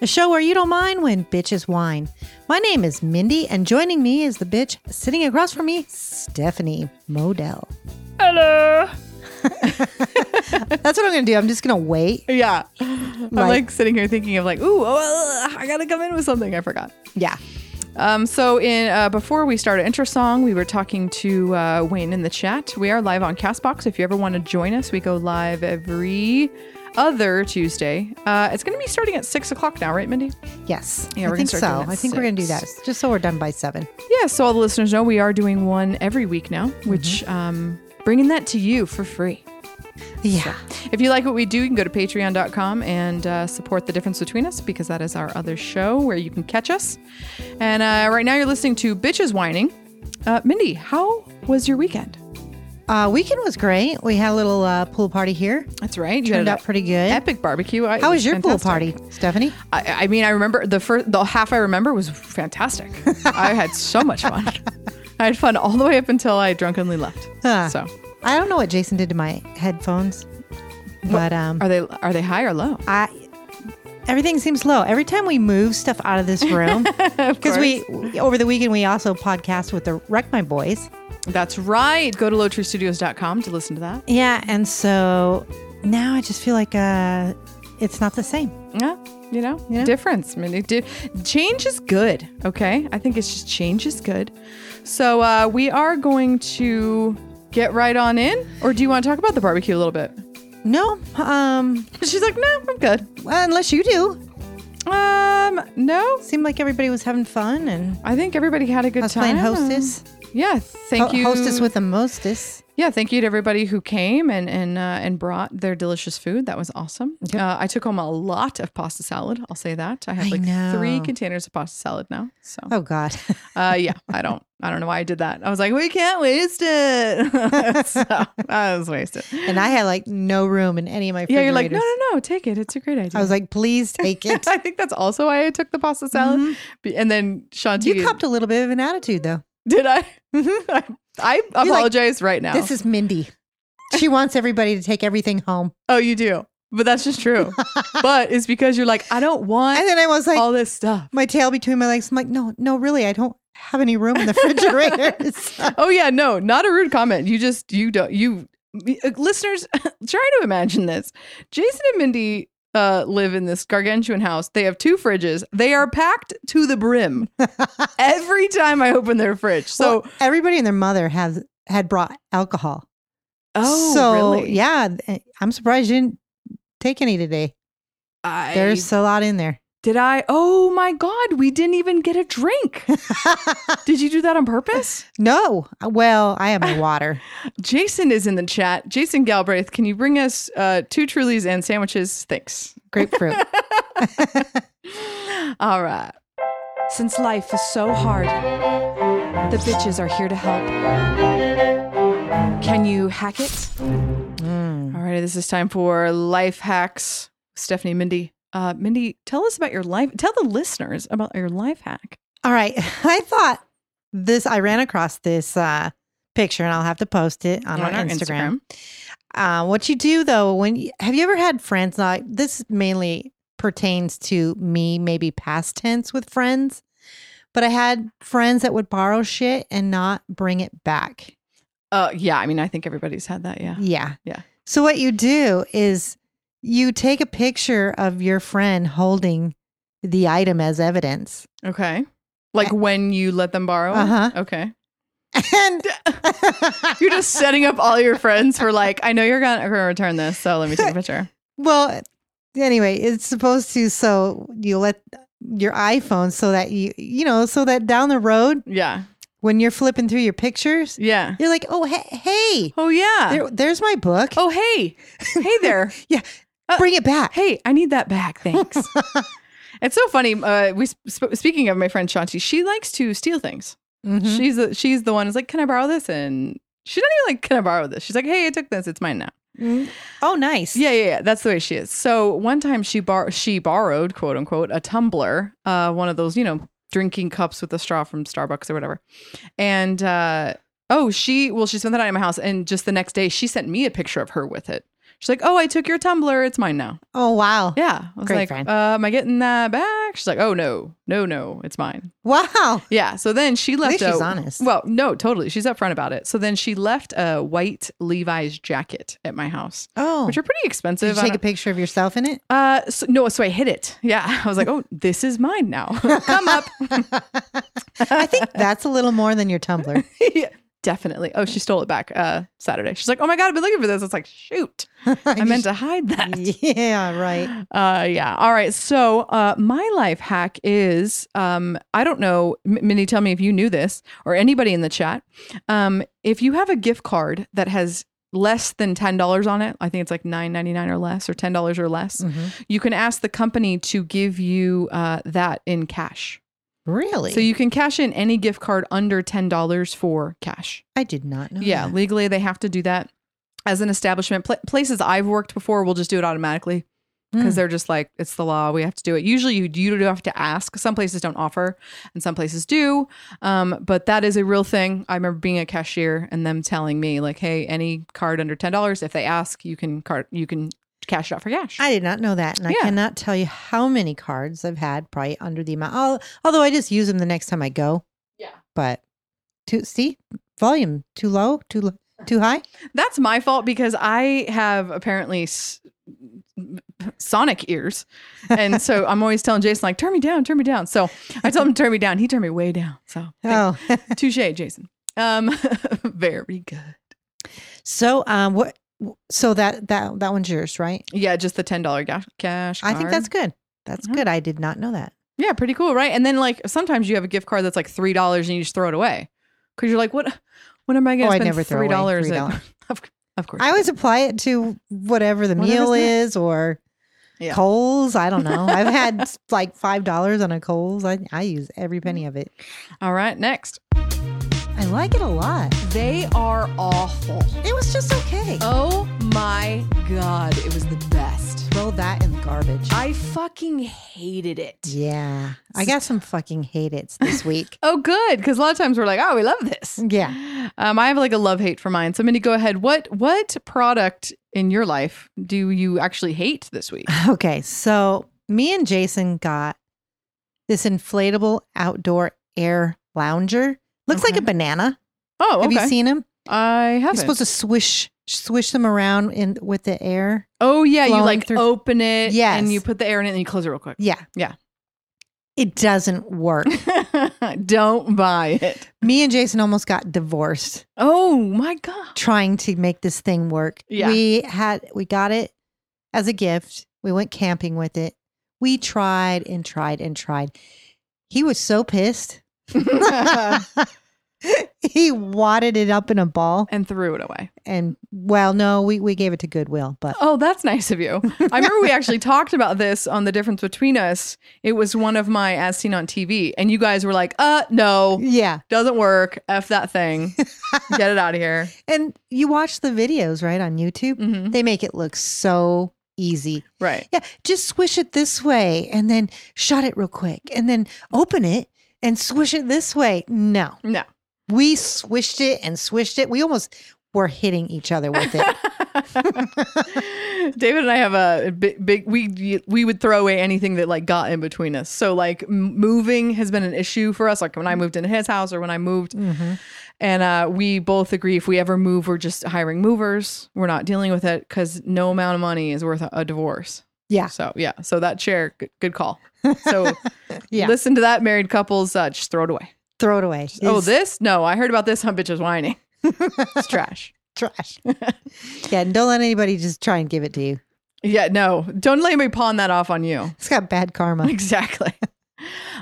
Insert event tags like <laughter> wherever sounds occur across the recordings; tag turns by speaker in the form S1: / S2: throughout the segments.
S1: a show where you don't mind when bitches whine. My name is Mindy, and joining me is the bitch sitting across from me, Stephanie Modell.
S2: Hello.
S1: <laughs> That's what I'm going to do. I'm just going to wait.
S2: Yeah. I'm like sitting here thinking of like, ooh, oh, uh, I gotta come in with something. I forgot.
S1: Yeah.
S2: Um, so in uh, before we start our intro song, we were talking to uh, Wayne in the chat. We are live on Castbox. If you ever want to join us, we go live every other Tuesday. Uh, it's gonna be starting at six o'clock now, right, Mindy?
S1: Yes.
S2: Yeah,
S1: I
S2: we're gonna
S1: think
S2: start
S1: so.
S2: doing that
S1: I think we're going to do that
S2: six.
S1: just so we're done by seven.
S2: Yeah. So all the listeners know we are doing one every week now, which um, bringing that to you for free.
S1: Yeah.
S2: If you like what we do, you can go to patreon.com and uh, support the difference between us because that is our other show where you can catch us. And uh, right now you're listening to Bitches Whining. Uh, Mindy, how was your weekend?
S1: Uh, weekend was great. We had a little uh, pool party here.
S2: That's right.
S1: Turned out pretty good.
S2: Epic barbecue. I- it
S1: How was your pool
S2: fantastic.
S1: party, Stephanie?
S2: I, I mean, I remember the first, the half I remember was fantastic. I had so much <laughs> fun. I had fun all the way up until I drunkenly left.
S1: Huh.
S2: So,
S1: Uh, I don't know what Jason did to my headphones, but um,
S2: are they are they high or low?
S1: I everything seems low. Every time we move stuff out
S2: <laughs>
S1: of this room, because we over the weekend we also podcast with the Wreck My Boys.
S2: That's right. Go to lowtreestudios.com to listen to that.
S1: Yeah, and so now I just feel like uh, it's not the same.
S2: Yeah, you know, difference. I mean, it di- change is good. Okay, I think it's just change is good. So uh, we are going to get right on in, or do you want to talk about the barbecue a
S1: <laughs>
S2: little bit?
S1: No, um,
S2: She's like, no, I'm good.
S1: unless you do.
S2: Um, no,
S1: Seemed like everybody was having fun and
S2: I think everybody had a good
S1: I was
S2: time.
S1: playing hostess.
S2: Yeah, thank
S1: Ho-
S2: you,
S1: Hostess with the mostess.
S2: Yeah, thank you to everybody who came and and uh, and brought their delicious food. That was awesome. Uh, I took home a lot of pasta salad. I'll say that I have
S1: I
S2: like three
S1: know.
S2: containers of pasta salad now. So
S1: Oh God,
S2: Uh, yeah, I don't, I don't know why I did that. I was like, we can't waste it. <laughs> so I was wasted.
S1: <laughs> and I had like no room in any of my.
S2: Yeah, you're like, no,
S1: refrigerators.
S2: no, no, take it. It's a great idea.
S1: I was like, please take it.
S2: <laughs> I think that's also why I took the pasta salad. Be- And then Shanti,
S1: Mm-hmm. you copped a little bit of an attitude though.
S2: <laughs> did I? <laughs> I, I
S1: like,
S2: apologize right now.
S1: This is Mindy. <laughs> She wants everybody to take everything home.
S2: oh, you do, but that's just
S1: <laughs>
S2: true. but it's because you're like, I don't want
S1: And then I was like,
S2: all this stuff.
S1: my tail between my legs. I'm like, no, no, really, I don't have any room in the <laughs> refrigerator.
S2: Oh yeah, no, not a rude comment. You just you don't you uh, listeners <laughs> try to imagine this. Jason and Mindy uh, live in this gargantuan house. They have two fridges. They are packed to the <laughs> brim every time I open their fridge. So
S1: Well, everybody and their mother has had brought alcohol. so
S2: so, yeah,
S1: yeah, th- I'm surprised you didn't take any today.
S2: I,
S1: There's a lot in there. <laughs>
S2: did I? Oh my god, we didn't even get a <laughs> drink. did you do that on purpose?
S1: no, well, I have my <laughs> water.
S2: Jason is in the chat. Jason Galbraith, can you bring us uh, two Trulies and sandwiches? Thanks.
S1: Grapefruit.
S2: <laughs>
S1: <laughs>
S2: All right. Since life is so hard, the bitches are here to help. Can you hack it?
S1: Mm.
S2: All right, this is time for life hacks. Stephanie, Mindy, uh, Mindy, tell us about your life. Tell the listeners about your life hack.
S1: All right. <laughs> I thought this, I ran across this uh, picture and I'll have to post it on, our, Instagram. Uh, what you do though, when you, have you ever had friends like this? Mainly pertains to me, maybe past tense with friends, but I had friends that would borrow shit and not bring it back.
S2: Uh, yeah, I mean, I think everybody's had that. Yeah.
S1: Yeah,
S2: Ah, Yeah.
S1: So what you do is you take a picture of your friend holding the item as evidence, <laughs>
S2: Okay. Like when you let them borrow. it?
S1: Uh-huh.
S2: Okay.
S1: and <laughs>
S2: You're just setting up all your friends for like, I know you're gonna, gonna return this, so let
S1: <laughs>
S2: me take a picture.
S1: Well, anyway, it's supposed to so you let your iPhone so that you you know so that down the road
S2: Yeah.
S1: when you're flipping through your pictures,
S2: Yeah.
S1: you're like, oh hey, hey
S2: Oh yeah.
S1: there, there's my book.
S2: oh hey. Hey there.
S1: <laughs> yeah, bring it back. <laughs>
S2: hey, I need that back. Thanks. It's so funny. Uh, we sp- speaking of my friend Shanti, she likes to steal things.
S1: Mhm.
S2: She's the, she's the one who's like, "Can I borrow this?" And she's not even like, "Can I borrow this?" She's like, "Hey, I took this. It's mine now."
S1: Mm. Oh, nice.
S2: Yeah, yeah, yeah. That's the way she is. So one time she bar she borrowed, quote unquote, a tumbler, uh, one of those, you know, drinking cups with a straw from Starbucks or whatever. And uh oh, she well, she spent the night at my house and just the next day she sent me a picture of her with it. She's like, Oh, I took your tumbler, it's mine now.
S1: Oh, wow.
S2: Yeah. I was
S1: Great
S2: like,
S1: friend.
S2: Uh, am I getting that back? She's like, Oh no, no, no, it's mine.
S1: Wow.
S2: Yeah. So then she left
S1: least she's
S2: a-
S1: honest.
S2: Well, no, totally. She's upfront about it. So then she left a white Levi's jacket at my house.
S1: Oh.
S2: Which are pretty expensive.
S1: Did you
S2: I
S1: take
S2: don't-
S1: a picture of yourself in it?
S2: uh, so, no, so I hid it. Yeah, <laughs> I was like, oh, this is mine now. <laughs> Come up,
S1: I
S2: <laughs>
S1: think that's a little more than your Tumblr. <laughs>
S2: Yeah, definitely. Oh, she stole it back uh, Saturday. She's like, oh my god, I've been looking for this. It's like, shoot, I meant to hide that.
S1: Yeah, right.
S2: <laughs> Uh, yeah. All right. So uh, my life hack is um, I don't know, M- Minnie. Tell me if you knew this or anybody in the chat. Um, if you have a gift card that has less than ten dollars on it, I think it's like nine ninety nine or less, or ten dollars or less. You can ask the company to give you uh, that in cash.
S1: Really?
S2: So you can cash in any gift card under $10 for cash.
S1: I did not know.
S2: Yeah,
S1: that.
S2: legally they have to do that. As an establishment, pla places I've worked before will just do it automatically because
S1: Mm.
S2: they're just like it's the law. We have to do it. Usually you you do have to ask. Some places don't offer, and some places do. Um, but that is a real thing. I remember being a cashier and them telling me like, "Hey, any card under ten dollars, if they ask, you can card you can cash it out for cash."
S1: I did not know that, and
S2: Yeah.
S1: I cannot tell you how many cards I've had probably under the amount. Al- although I just use them the next time I go.
S2: Yeah.
S1: But too see volume too low, too lo- too
S2: <laughs>
S1: high.
S2: That's my fault because I have apparently s- sonic ears. And
S1: <laughs>
S2: so I'm always telling Jason, like, turn me down, turn me down. So I told him to turn me down. He turned me way down. So thank-
S1: Oh,
S2: touche, Jason. Um, <laughs> very good.
S1: so um, what? So that that that one's yours, right?
S2: Yeah, just the ten dollar cash. Cash.
S1: I think
S2: card.
S1: that's good. That's
S2: Yeah.
S1: good. I did not know that.
S2: yeah, pretty cool, right? And then like sometimes you have a gift card that's like three dollars and you just throw it away because you're like, what? When am I going
S1: Oh,
S2: to
S1: I
S2: spend
S1: never throw
S2: three
S1: away
S2: dollars?
S1: $3.
S2: <laughs> Of, of course,
S1: I always apply it to whatever the
S2: Whatever's
S1: meal
S2: next.
S1: is or
S2: Yeah.
S1: Coles. I don't know.
S2: <laughs>
S1: I've had like five dollars on a Coles. I, I use every
S2: Mm-hmm.
S1: penny of it.
S2: All right, next.
S1: I like it a lot.
S2: They are awful.
S1: It was just okay.
S2: Oh my god, it was the best.
S1: Throw that in the garbage.
S2: I fucking hated it.
S1: yeah. I got some fucking hate it's this
S2: <laughs>
S1: week.
S2: Oh, good, because a lot of times we're like, oh, we love this.
S1: yeah.
S2: Um, I have like a love hate for mine. So, Mindy, go ahead. What what product in your life do you actually hate this <laughs> week?
S1: Okay. So me and Jason got this inflatable outdoor air lounger. Looks like
S2: Okay.
S1: a banana.
S2: Oh,
S1: Have
S2: okay.
S1: you seen him?
S2: I
S1: You're
S2: haven't.
S1: supposed to swish swish them around in with the air.
S2: oh yeah, you
S1: blowing
S2: like
S1: through-
S2: open it,
S1: Yes.
S2: and you put the air in it, and you close it real quick. <laughs>
S1: Yeah.
S2: Yeah.
S1: It doesn't
S2: <laughs>
S1: work.
S2: Don't buy it.
S1: Me and Jason almost got divorced
S2: Oh my god.
S1: trying to make this thing work.
S2: Yeah.
S1: We had we got it as a gift. We went camping with it. We tried and tried and tried. He was so pissed. <laughs> he wadded it up in a ball
S2: <laughs> and threw it away.
S1: and well, no, we, we gave it to Goodwill, but
S2: Oh, that's nice of you. I remember we actually talked about this on the difference between us. It was one of my as seen on TV, and you guys were like, "Uh, no,
S1: yeah.
S2: doesn't work. F that thing. Get it out of here."
S1: And you watch the videos, right, on YouTube?
S2: hmm
S1: They make it look so easy. <laughs>
S2: Right.
S1: Yeah, just swish it this way and then shut it real quick and then open it and swish it this way. No,
S2: No.
S1: we swished it and swished it. We almost were hitting each other with
S2: <laughs>
S1: it.
S2: David and I have a big, big we we would throw away anything that like got in between us. So like m- moving has been an issue for us. Like when I moved into his house or when I moved
S1: Mm-hmm.
S2: And uh, we both agree if we ever move, we're just hiring movers. We're not dealing with it because no amount of money is worth a, a divorce.
S1: Yeah.
S2: So, yeah. So that chair, good, good call. So,
S1: <laughs> Yeah,
S2: listen to that, married couples. Uh, just throw it away.
S1: throw it away.
S2: oh,
S1: It's
S2: this? No, I heard about this. Some bitch is
S1: <laughs>
S2: whining. it's trash.
S1: trash. <laughs> yeah, and don't let anybody just try and give it to you.
S2: Yeah. No, don't let anybody pawn that off on you.
S1: It's got bad <laughs>
S2: <laughs>
S1: karma.
S2: Exactly.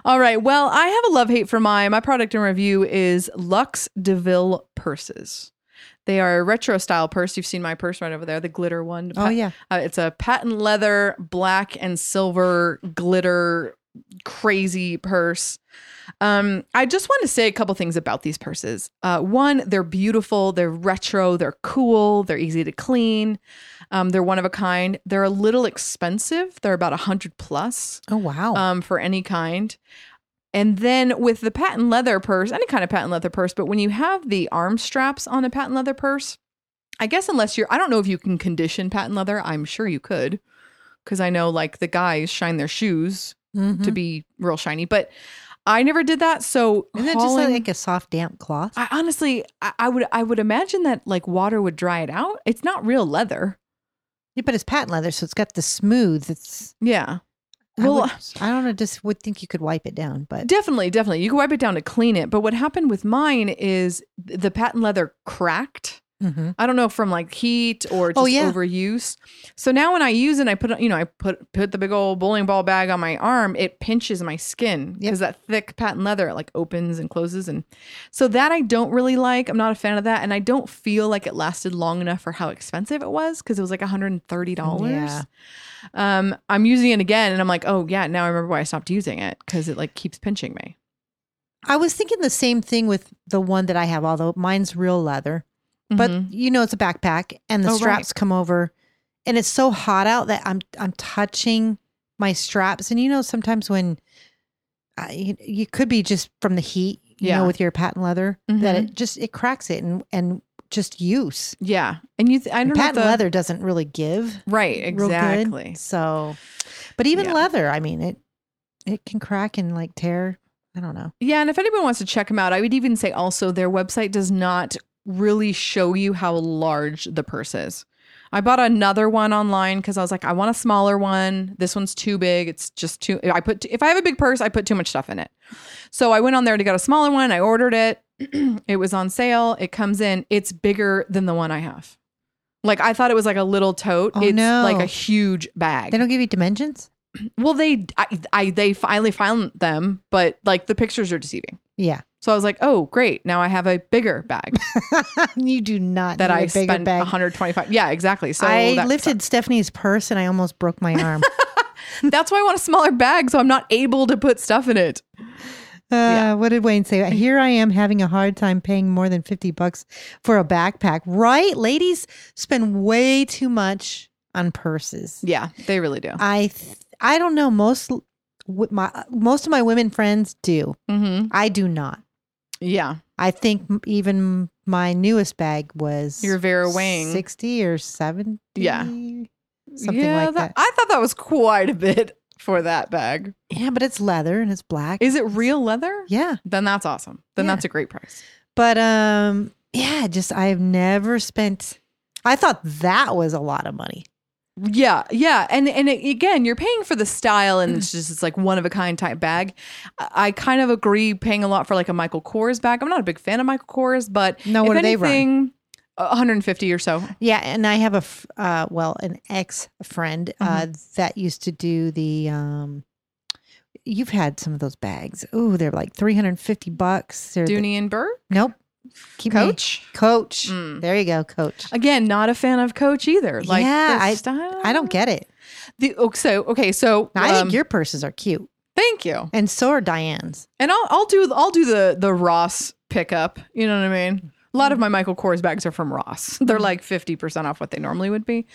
S2: All right. Well, I have a love hate for my my product and review is Lux Deville purses. They are a retro style purse. You've seen my purse right over there, the glitter one.
S1: Oh yeah,
S2: Uh, it's a patent leather, black and silver glitter crazy purse. Um, I just want to say a couple things about these purses. Uh, one, they're beautiful, they're retro, they're cool, they're easy to clean, um, they're one of a kind. They're a little expensive. They're about a hundred plus
S1: Oh wow.
S2: um, for any kind. And then with the patent leather purse, any kind of patent leather purse, but when you have the arm straps on a patent leather purse, I guess unless you're, I don't know if you can condition patent leather. I'm sure you could, because I know like the guys shine their shoes
S1: Mhm.
S2: to be real shiny, but I never did that. So
S1: Isn't it just
S2: hauling-
S1: like a soft damp cloth?
S2: I honestly, I, I would, I would imagine that like water would dry it out. It's not real leather.
S1: yeah, but it's patent leather, so it's got the smooth. It's
S2: Yeah.
S1: well, uh, I,
S2: Well-
S1: would- I don't know. Just would think you could wipe it down, but
S2: Definitely, definitely. You can wipe it down to clean it. But what happened with mine is th- the patent leather cracked.
S1: Mhm.
S2: I don't know from like heat or just
S1: Oh, yeah.
S2: overuse. So now when I use it, I put you know I put put the big old bowling ball bag on my arm. It pinches my skin
S1: Yep.
S2: because that thick patent leather it like opens and closes, and so that I don't really like. I'm not a fan of that, and I don't feel like it lasted long enough for how expensive it was because it was like 130 dollars.
S1: Yeah.
S2: Um, I'm using it again, and I'm like, oh yeah, now I remember why I stopped using it because it like keeps pinching me.
S1: I was thinking the same thing with the one that I have, although mine's real leather. But
S2: Mhm.
S1: you know, it's a backpack, and the
S2: Oh, right.
S1: straps come over, and it's so hot out that I'm I'm touching my straps, and you know, sometimes when uh, you, you could be just from the heat, you know,
S2: Yeah.
S1: with your patent leather, that it just it cracks it, and and just use.
S2: yeah, and you, th- I
S1: And
S2: don't know if
S1: patent
S2: the-
S1: leather doesn't really give
S2: right?
S1: real good,
S2: Exactly.
S1: So, but even
S2: Yeah.
S1: leather, I mean, it it can crack and like tear. I don't know.
S2: Yeah, and if anyone wants to check them out, I would even say also their website does not really show you how large the purse is. I bought another one online because I was like, I want a smaller one. This one's too big. It's just too. I put if I have a big purse, I put too much stuff in it. So I went on there to get a smaller one. I ordered it. <clears throat> it was on sale. It comes in. It's bigger than the one I have. Like I thought it was like a little tote.
S1: Oh,
S2: it's
S1: no.
S2: like a huge bag.
S1: They don't give you dimensions.
S2: well, they I, I they finally found them, but like the pictures are deceiving.
S1: Yeah, <laughs>
S2: So I was like, oh, great. Now I have a bigger bag
S1: you do not
S2: that
S1: need a
S2: I
S1: bigger
S2: spent
S1: bag.
S2: 125. Yeah, exactly. So
S1: I
S2: that
S1: lifted Stephanie's purse and I almost broke my
S2: <laughs>
S1: arm.
S2: sucked. That's why I want a smaller bag. So I'm not able to put stuff in it.
S1: Uh, What did Wayne say? Here I am having a hard time paying more than fifty bucks for a backpack. Right, ladies spend way too much on purses.
S2: Yeah, they really do.
S1: I th- I don't know most l- wi- my most of my women friends do.
S2: hmm
S1: I do not.
S2: Yeah.
S1: I think m- even my newest bag was
S2: Your Vera Wang.
S1: 60 or 70.
S2: Yeah.
S1: Something
S2: yeah,
S1: like that.
S2: I thought that was quite a bit for that bag.
S1: Yeah, but it's leather and it's black.
S2: Is it real leather?
S1: yeah.
S2: Then that's awesome. Then
S1: Yeah.
S2: that's a great price.
S1: But um yeah, just I've never spent I thought that was a lot of money.
S2: Yeah, yeah, and and it, again, you're paying for the style, and
S1: <clears throat>
S2: it's just it's like one of a kind type bag. I, I kind of agree paying a lot for like a Michael Kors bag. I'm not a big fan of Michael Kors, but
S1: No,
S2: if
S1: what do they run?
S2: anything, 150 or so.
S1: Yeah, and I have a f- uh, well, an ex friend uh,
S2: Mm-hmm.
S1: that used to do the. Um, you've had some of those bags. Ooh, they're like three hundred and fifty bucks. They're the-
S2: Dooney and Burr,
S1: nope. Keep me-
S2: Coach.
S1: Coach.
S2: Mm.
S1: There you go, Coach.
S2: Again, not a fan of Coach either. Like
S1: Yeah,
S2: the
S1: I-
S2: style.
S1: I don't get it.
S2: the. oh, So okay, so
S1: Now, I
S2: um,
S1: think your purses are cute,
S2: Thank you,
S1: and so are Diane's.
S2: and I'll I'll do I'll do the the Ross pickup. You know what I mean. A lot of my Michael Kors bags are from Ross. They're like 50% off what they normally would be.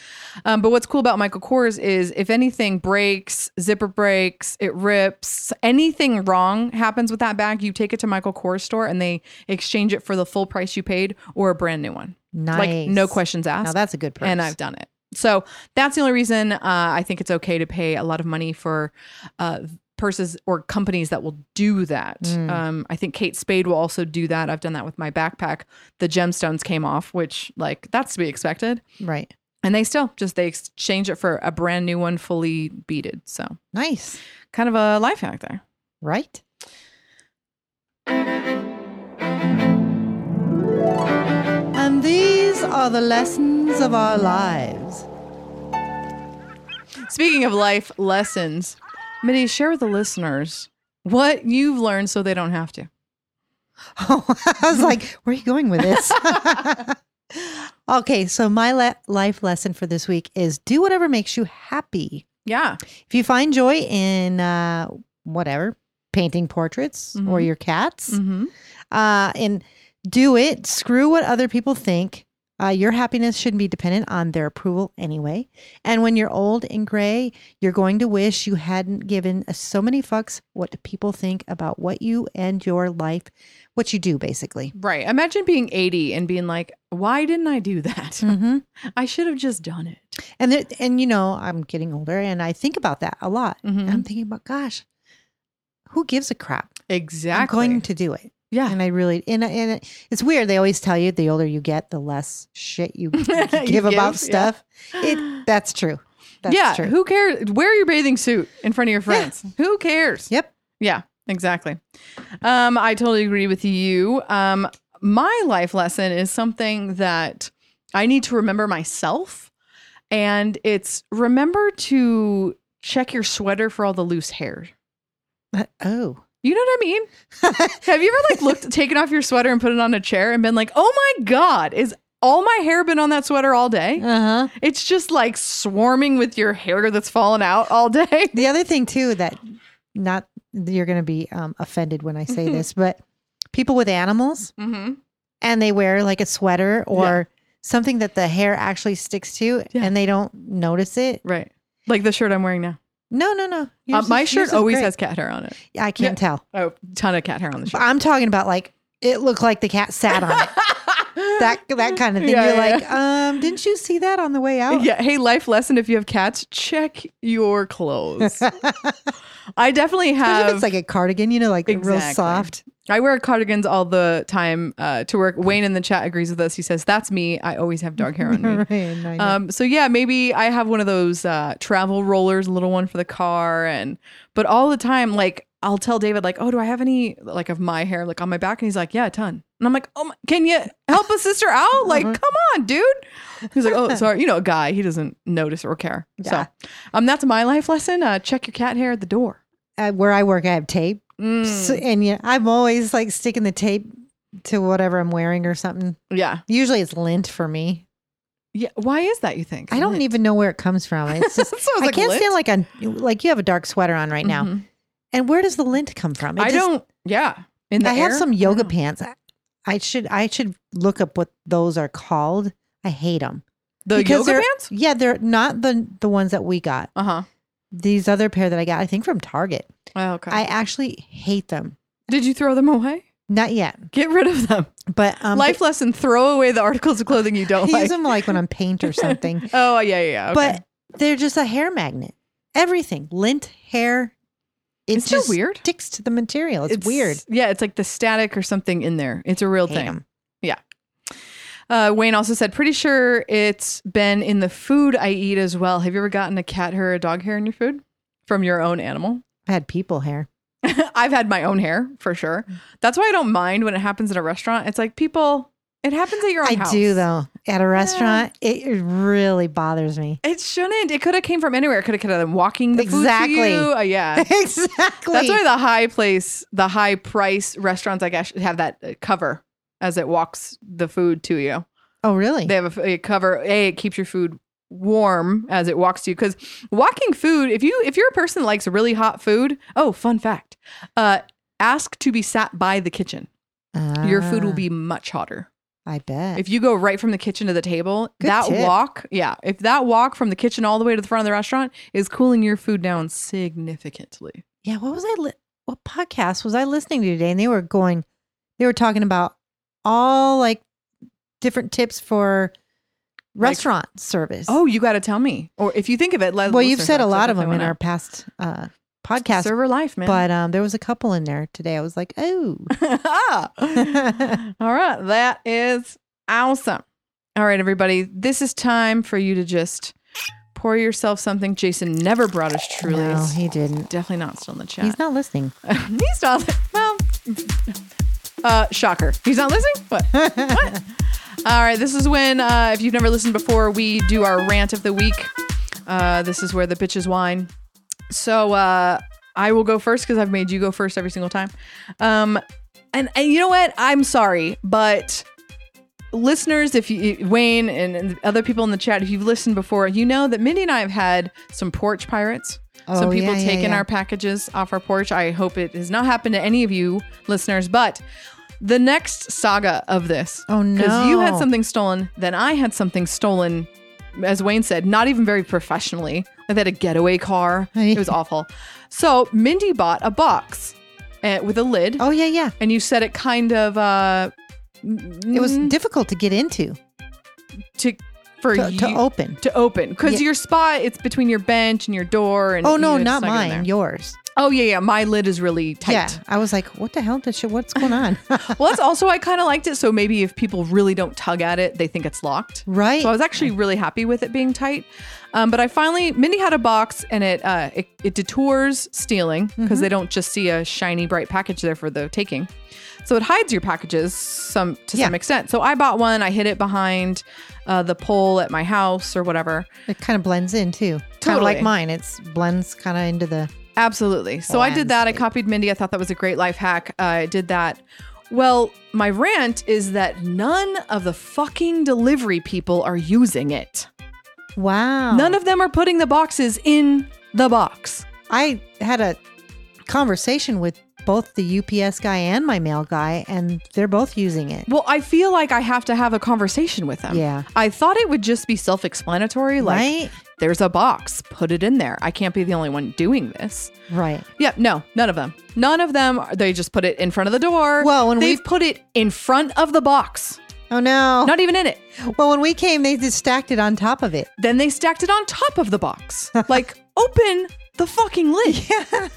S2: Um, but what's cool about Michael Kors is if anything breaks, zipper breaks, it rips, anything wrong happens with that bag, you take it to Michael Kors store and they exchange it for the full price you paid or a brand new one.
S1: Nice.
S2: Like no questions
S1: Now
S2: asked.
S1: that's a good purse.
S2: and I've done it. So that's the only reason uh, I think it's okay to pay a lot of money for uh, purses or companies that will do that.
S1: Mm.
S2: Um, I think Kate Spade will also do that. I've done that with my backpack. The gemstones came off, which like that's to be expected,
S1: right.
S2: and they still just they exchange it for a brand new one, fully beaded. So
S1: Nice.
S2: kind of a life hack there.
S1: Right. And these are the lessons of our lives. <laughs>
S2: Speaking of life lessons, Mindy, share with the listeners what you've learned so they don't have to.
S1: Oh, I was like, where are you going with this? <laughs> okay, so my le- life lesson for this week is do whatever makes you happy.
S2: Yeah.
S1: If you find joy in uh, whatever, painting portraits or
S2: Mhm.
S1: your cats.
S2: Mm-hmm.
S1: Uh, and do it. Screw what other people think. Uh, your happiness shouldn't be dependent on their approval anyway. And when you're old and gray, you're going to wish you hadn't given so many fucks what people think about what you and your life, what you do, basically.
S2: Right. Imagine being 80 and being like, why didn't I do that?
S1: Mm-hmm.
S2: I should have just done it.
S1: And there, and you know, I'm getting older, and I think about that a lot.
S2: Mhm.
S1: I'm thinking about, gosh, who gives a crap?
S2: Exactly.
S1: I'm going to do it,
S2: yeah.
S1: and I really and and it, it's weird. They always tell you the older you get, the less shit you <laughs> give,
S2: <laughs> You give, yeah.
S1: about stuff. It that's true. That's
S2: yeah.
S1: true.
S2: Who cares? Wear your bathing suit in front of your friends. Who cares?
S1: Yep.
S2: Yeah, exactly. Um, I totally agree with you. Um, my life lesson is something that I need to remember myself. And it's remember to check your sweater for all the loose hair.
S1: oh,
S2: You know what I mean? Have you ever
S1: <laughs>
S2: like looked, taken off your sweater and put it on a chair and been like, oh my God, is all my hair been on that sweater
S1: <laughs>
S2: all day?
S1: uh huh.
S2: It's just like swarming with your hair that's fallen out all day. <laughs>
S1: The other thing too that not you're going to be um, offended when I say this, but people with animals
S2: Mm-hmm.
S1: and they wear like a sweater or something that the hair actually sticks to
S2: Yeah.
S1: and they don't notice it.
S2: Right. Like the shirt I'm wearing now.
S1: No, no, no.
S2: Uh,
S1: Yours is-
S2: my
S1: yours
S2: shirt
S1: is
S2: always
S1: great.
S2: has cat hair on it.
S1: I can't tell.
S2: Oh, ton of cat hair on the
S1: But
S2: shirt.
S1: I'm talking about like it looked like the cat sat on
S2: <laughs>
S1: it. that that kind of thing.
S2: Yeah,
S1: You're
S2: yeah,
S1: like, um, didn't you see that on the way out?
S2: Yeah. Hey, life lesson: if you have cats, check your
S1: <laughs>
S2: clothes. I
S1: Especially
S2: definitely
S1: if
S2: have.
S1: it's like a cardigan, you know, like real
S2: Exactly.
S1: soft.
S2: I wear cardigans all the time uh, to work. Wayne in the chat agrees with us. He says that's me. I always have dog hair on me.
S1: <laughs> Right, I know.
S2: Um, so yeah, maybe I have one of those uh, travel rollers, a little one for the car, and but all the time, like I'll tell David, like, oh, do I have any like of my hair like on my back? And he's like, yeah, a ton. And I'm like, oh, my, can you help a sister out?
S1: Uh-huh.
S2: Like, come on, dude. He's like,
S1: <laughs>
S2: oh, sorry, you know, a guy, he doesn't notice or care.
S1: Yeah.
S2: So, um, that's my life lesson. Uh, check your cat hair at the door.
S1: Uh, where I work, I have tape,
S2: Mm,
S1: so, and yeah, I'm always like sticking the tape to whatever I'm wearing or something.
S2: yeah,
S1: Usually, it's lint for me.
S2: yeah. Why is that? You think?
S1: I don't
S2: Lint.
S1: even know where it comes from.
S2: <laughs>
S1: It's just
S2: So was
S1: I
S2: like,
S1: can't
S2: lint?
S1: stand like a like you have a dark sweater on right now.
S2: Mhm.
S1: And where does the lint come from? It
S2: I
S1: just-
S2: don't. Yeah. In the
S1: I have
S2: air?
S1: some yoga
S2: don't know.
S1: pants. I, I should I should look up what those are called. I hate them.
S2: The
S1: because
S2: yoga
S1: they're-
S2: pants.
S1: Yeah, they're not the the ones that we got.
S2: Uh huh.
S1: These other pair that I got, I think from Target.
S2: Oh, okay.
S1: I actually hate them.
S2: Did you throw them away?
S1: Not yet,
S2: Get rid of them.
S1: but um,
S2: Life lesson: throw away the articles of clothing you
S1: <laughs> I
S2: <laughs> don't
S1: use
S2: like.
S1: them like when I'm paint or something.
S2: oh yeah, yeah. yeah. <laughs> Okay.
S1: But they're just a hair magnet. Everything lint hair. It
S2: Isn't that
S1: just
S2: weird?
S1: sticks to the material. It's, weird.
S2: Yeah, it's like the static or something in there. It's a real
S1: Hate
S2: thing.
S1: 'em.
S2: Uh, Wayne also said, pretty sure it's been in the food I eat as well. Have you ever gotten a cat hair or a dog hair in your food from your own animal? <laughs>
S1: I've had people hair.
S2: I've had my own hair for sure. That's why I don't mind when it happens at a restaurant. It's like people. It happens at your own
S1: I
S2: house.
S1: do though. At a restaurant, it it really bothers me.
S2: It shouldn't. It could have came from anywhere. It could have come from walking the
S1: Exactly.
S2: food to you. Uh, <laughs> yeah.
S1: exactly.
S2: That's why the high place, the high price restaurants, I guess, have that uh, cover as it walks the food to you.
S1: oh, really?
S2: They have a, f- a cover. A, it keeps your food warm as it walks to you because walking food. If you if you're a person that likes really hot food, oh, fun fact, uh, ask to be sat by the kitchen. Your food will
S1: Ah,
S2: be much hotter
S1: I bet.
S2: if you go right from the kitchen to the table.
S1: Good
S2: that
S1: tip.
S2: walk, yeah, if that walk from the kitchen all the way to the front of the restaurant is cooling your food down significantly.
S1: yeah. What was I? Li- what podcast was I listening to today? And they were going. They were talking about all like different tips for
S2: Like-
S1: restaurant service.
S2: Oh, you got to tell me. Or if you think of it, let
S1: well, you've said a lot of them in
S2: in
S1: our past uh, podcast,
S2: server life, man.
S1: but um, there was a couple in there today. I was like, oh,
S2: <laughs> all right, that is awesome. All right, everybody, this is time for you to just pour yourself something. Jason never brought us truly.
S1: no, he didn't.
S2: Definitely not still in the chat. <laughs>
S1: He's not listening.
S2: He's not. Well, uh, shocker. He's not listening?
S1: <laughs>
S2: What? what? All right. This is when, uh, if you've never listened before, we do our rant of the week. Uh, this is where the bitches whine. So uh, I will go first because I've made you go first every single time. Um, and, and you know what? I'm sorry, but listeners, if you, Wayne and, and other people in the chat, if you've listened before, you know that Mindy and I have had some porch pirates.
S1: Oh,
S2: Some people
S1: yeah, yeah,
S2: taking
S1: yeah.
S2: our packages off our porch. I hope it has not happened to any of you listeners, but the next saga of this.
S1: Oh,
S2: Because you had
S1: no.
S2: something stolen, then I had something stolen, as Wayne said, not even very professionally. I had a getaway car. It was awful. So Mindy bought a box eh, with a lid.
S1: Oh yeah, yeah.
S2: And you said it kind of uh
S1: It was difficult to get into
S2: to for
S1: to, to
S2: you-
S1: open.
S2: to open because
S1: Yeah.
S2: your spot it's between your bench and your door and
S1: Oh no,
S2: you
S1: not
S2: snuggled
S1: mine.
S2: in there.
S1: Yours.
S2: oh yeah yeah my lid is really tight
S1: Yeah. I was like, what the hell? Did she, what's going on?
S2: <laughs> well that's also i kind of liked it so maybe if people really don't tug at it they think it's locked
S1: right.
S2: so i was actually really happy with it being tight um, but i finally mindy had a box and it uh, it, it detours stealing because
S1: Mm-hmm.
S2: they don't just see a shiny bright package there for the taking so it hides your packages some to
S1: Yeah.
S2: some extent so i bought one i hid it behind uh, the pole at my house or whatever
S1: <laughs> it kind of blends in too. Kind of
S2: Totally.
S1: like mine. It's blends kind of into the.
S2: Absolutely.
S1: Oh,
S2: So I did that. I
S1: landscape.
S2: copied Mindy. I thought that was a great life hack. Uh, I did that. Well, my rant is that none of the fucking delivery people are using it.
S1: Wow.
S2: None of them are putting the boxes in the box.
S1: I had a conversation with both the UPS guy and my mail guy, and they're both using it.
S2: Well, I feel like I have to have a conversation with them.
S1: Yeah.
S2: I thought it would just be self explanatory. Like,
S1: Right.
S2: there's a box, put it in there. I can't be the only one doing this.
S1: Right.
S2: Yeah, no, none of them. None of them. They just put it in front of the door.
S1: Well, when we-
S2: they've put it in front of the box,
S1: Oh no.
S2: not even in it.
S1: Well, when we came, they just stacked it on top of it.
S2: Then they stacked it on top of
S1: <laughs>
S2: the box. like, open the fucking lid.
S1: Yeah.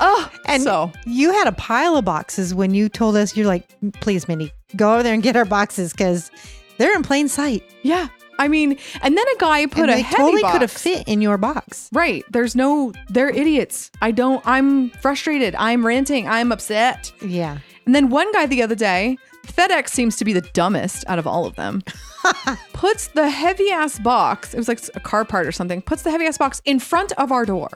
S2: Oh,
S1: And
S2: so
S1: you had a pile of boxes when you told us you're like, please, Mindy, go over there and get our boxes because they're in plain sight.
S2: yeah. I mean, and then a guy put
S1: and
S2: a
S1: they
S2: heavy
S1: totally
S2: box.
S1: could have fit in your box.
S2: Right. There's no. They're idiots. I don't. I'm frustrated. I'm ranting. I'm upset.
S1: Yeah.
S2: And then one guy the other day, FedEx seems to be the dumbest out of all of
S1: <laughs>
S2: them. puts the heavy ass box. It was like a car part or something. Puts the heavy ass box in front of our door.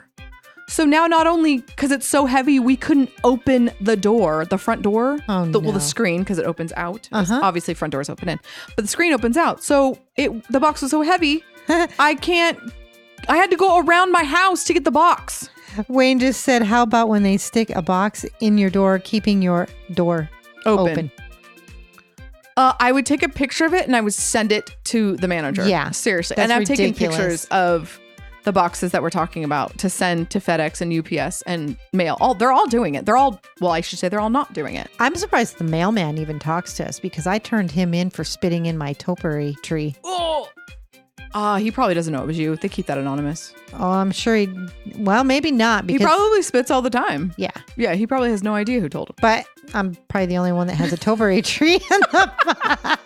S2: So now, not only because it's so heavy, we couldn't open the door, the front door.
S1: Oh,
S2: the, Well,
S1: no.
S2: the screen because it opens out.
S1: Uh-huh.
S2: Obviously, front doors open in, but the screen opens out. So it the box was
S1: <laughs>
S2: so heavy, I can't. I had to go around my house to get the box.
S1: Wayne just said, how about when they stick a box in your door, keeping your door
S2: Open.
S1: open?
S2: Uh, I would take a picture of it and I would send it to the manager.
S1: Yeah.
S2: seriously.
S1: That's
S2: and I've taken
S1: ridiculous.
S2: pictures of the boxes that we're talking about to send to FedEx and UPS and mail. All they're all doing it. They're all well, I should say they're all not doing it.
S1: I'm surprised the mailman even talks to us because I turned him in for spitting in my topiary tree.
S2: Oh, uh, he probably doesn't know it was you. They keep that anonymous.
S1: Oh, I'm sure he, well, maybe not because,
S2: he probably spits all the time.
S1: yeah.
S2: Yeah, he probably has no idea who told him. <laughs>
S1: But I'm probably the only one that has a topiary <laughs> tree. in the-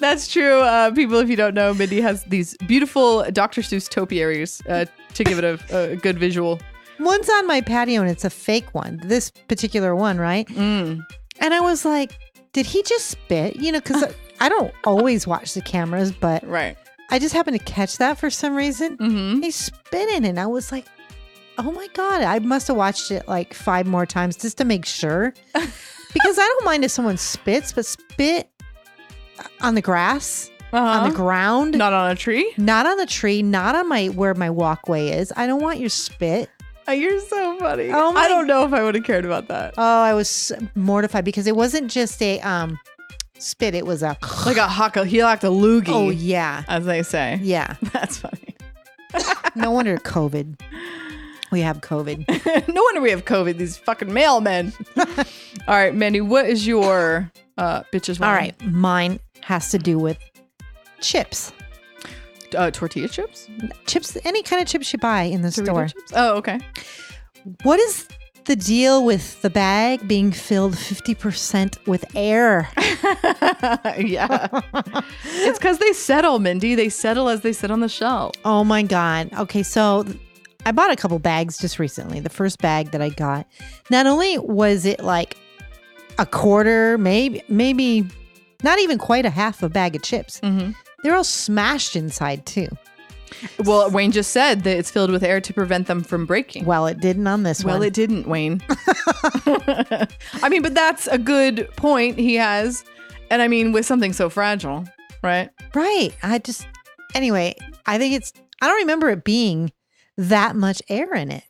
S2: That's true. Uh, people, if you don't know, Mindy has these beautiful Dr. Seuss topiaries uh, to give it a, a good visual.
S1: One's on my patio and it's a fake one, this particular one, right?
S2: Mm.
S1: And I was like, did he just spit? You know, because I don't always watch the cameras, but
S2: Right.
S1: I just happened to catch that for some reason.
S2: Mm-hmm.
S1: He spit in it. And I was like, oh my God. I must have watched it like five more times just to make sure. because I don't mind if someone spits, but spit on the grass,
S2: Uh-huh.
S1: on the ground,
S2: Not on a tree.
S1: not on the tree, not on my where my walkway is. I don't want your spit.
S2: Oh, <laughs> you're so funny.
S1: Oh my-
S2: I don't know if I would have cared about that.
S1: Oh, I was mortified because it wasn't just a um spit, it was a
S2: Like a haka, he liked a loogie,
S1: Oh yeah.
S2: as they say.
S1: Yeah.
S2: <laughs> That's funny.
S1: No wonder COVID. We have COVID.
S2: <laughs> no wonder we have COVID. These fucking mailmen. <laughs> All right, Mandy, what is your uh, bitches?
S1: All
S2: wine?
S1: right. Mine has to do with chips.
S2: uh, tortilla chips,
S1: Chips, any kind of chips you buy in the
S2: Dorito
S1: store.
S2: chips. Oh, okay.
S1: What is the deal with the bag being filled 50% with
S2: <laughs>
S1: air?
S2: <laughs> yeah, <laughs> it's because they settle, Mindy. They settle as they sit on the shelf.
S1: Oh my God. Okay. So I bought a couple bags just recently. The first bag that I got, not only was it like a quarter, maybe, maybe not even quite a half a bag of chips,
S2: Mm-hmm.
S1: they're all smashed inside too.
S2: Well, Wayne just said that it's filled with air to prevent them from breaking.
S1: Well, it didn't on this
S2: Well,
S1: one.
S2: it didn't, Wayne. <laughs> I mean, but that's a good point he has. And I mean, with something so fragile, right?
S1: Right. I just, anyway, I think it's, I don't remember it being that much air in it.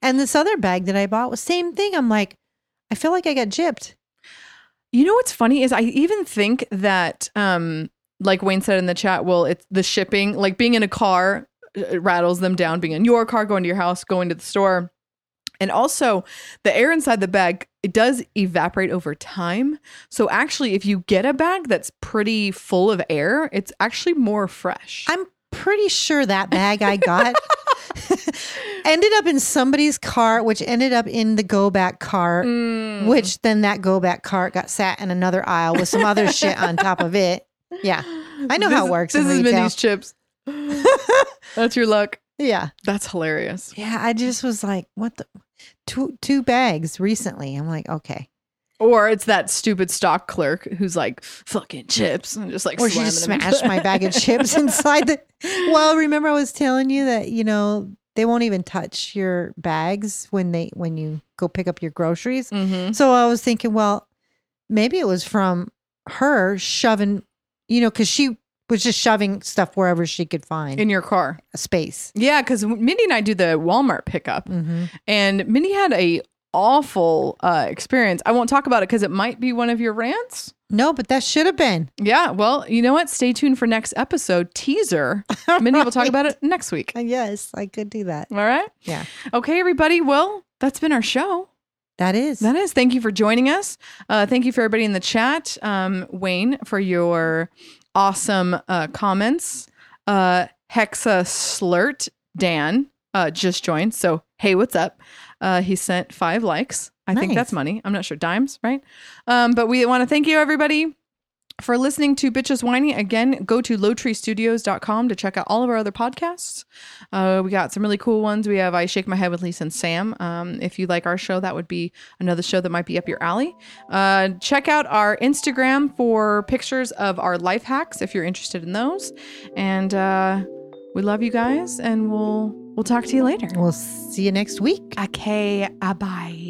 S1: And this other bag that I bought was same thing. I'm like, I feel like I got gypped.
S2: You know what's funny is I even think that, um, like Wayne said in the chat, well, it's the shipping, like being in a car uh, it rattles them down, being in your car, going to your house, going to the store. And also, the air inside the bag it does evaporate over time. So actually, if you get a bag that's pretty full of air, it's actually more fresh.
S1: I'm pretty sure that bag I got <laughs> ended up in somebody's cart, which ended up in the go back cart,
S2: Mm.
S1: which then that go back cart got sat in another aisle with some other shit on top of it.
S2: <laughs>
S1: Yeah. I know
S2: This
S1: how
S2: is-
S1: it works
S2: This
S1: in
S2: is
S1: retail.
S2: Mindy's
S1: <laughs>
S2: chips. that's your luck.
S1: Yeah.
S2: That's hilarious.
S1: Yeah. I just was like, what the two two bags recently. I'm like, okay.
S2: Or it's that stupid stock clerk who's like fucking chips and just like
S1: Or she
S2: slamming
S1: just
S2: them into <laughs>
S1: smashed
S2: the-
S1: my <laughs> bag of chips inside <laughs> the Well, remember I was telling you that, you know, they won't even touch your bags when they when you go pick up your groceries.
S2: Mhm.
S1: So I was thinking, well, maybe it was from her shoving, you know, because she was just shoving stuff wherever she could find
S2: in your car.
S1: a space.
S2: Yeah, because Mindy and I do the Walmart pickup,
S1: hmm
S2: and Mindy had a awful uh, experience. I won't talk about it because it might be one of your rants.
S1: No, but that should have been.
S2: Yeah, well, you know what? Stay tuned for next
S1: <laughs>
S2: episode teaser. Mindy will talk about it next week.
S1: Yes, I could do that.
S2: All right.
S1: Yeah.
S2: Okay, everybody. Well, that's been our show.
S1: That is.
S2: That is. Thank you for joining us. Uh, thank you for everybody in the chat. Um, Wayne, for your awesome uh, comments. Uh, Hexa Slurt Dan uh, just joined. So, hey, what's up? Uh, he sent five likes. I think
S1: Nice.
S2: that's money. I'm not sure. Dimes, right? Um, but we want to thank you, everybody. For listening to Bitches Whiny, again, go to lowtreestudios.com to check out all of our other podcasts. Uh, we got some really cool ones. We have I Shake My Head with Lisa and Sam. Um, if you like our show, that would be another show that might be up your alley. Uh, check out our Instagram for pictures of our life hacks if you're interested in those. And uh, we love you guys, and we'll we'll talk to you later.
S1: We'll see you next week.
S2: Okay, uh, bye.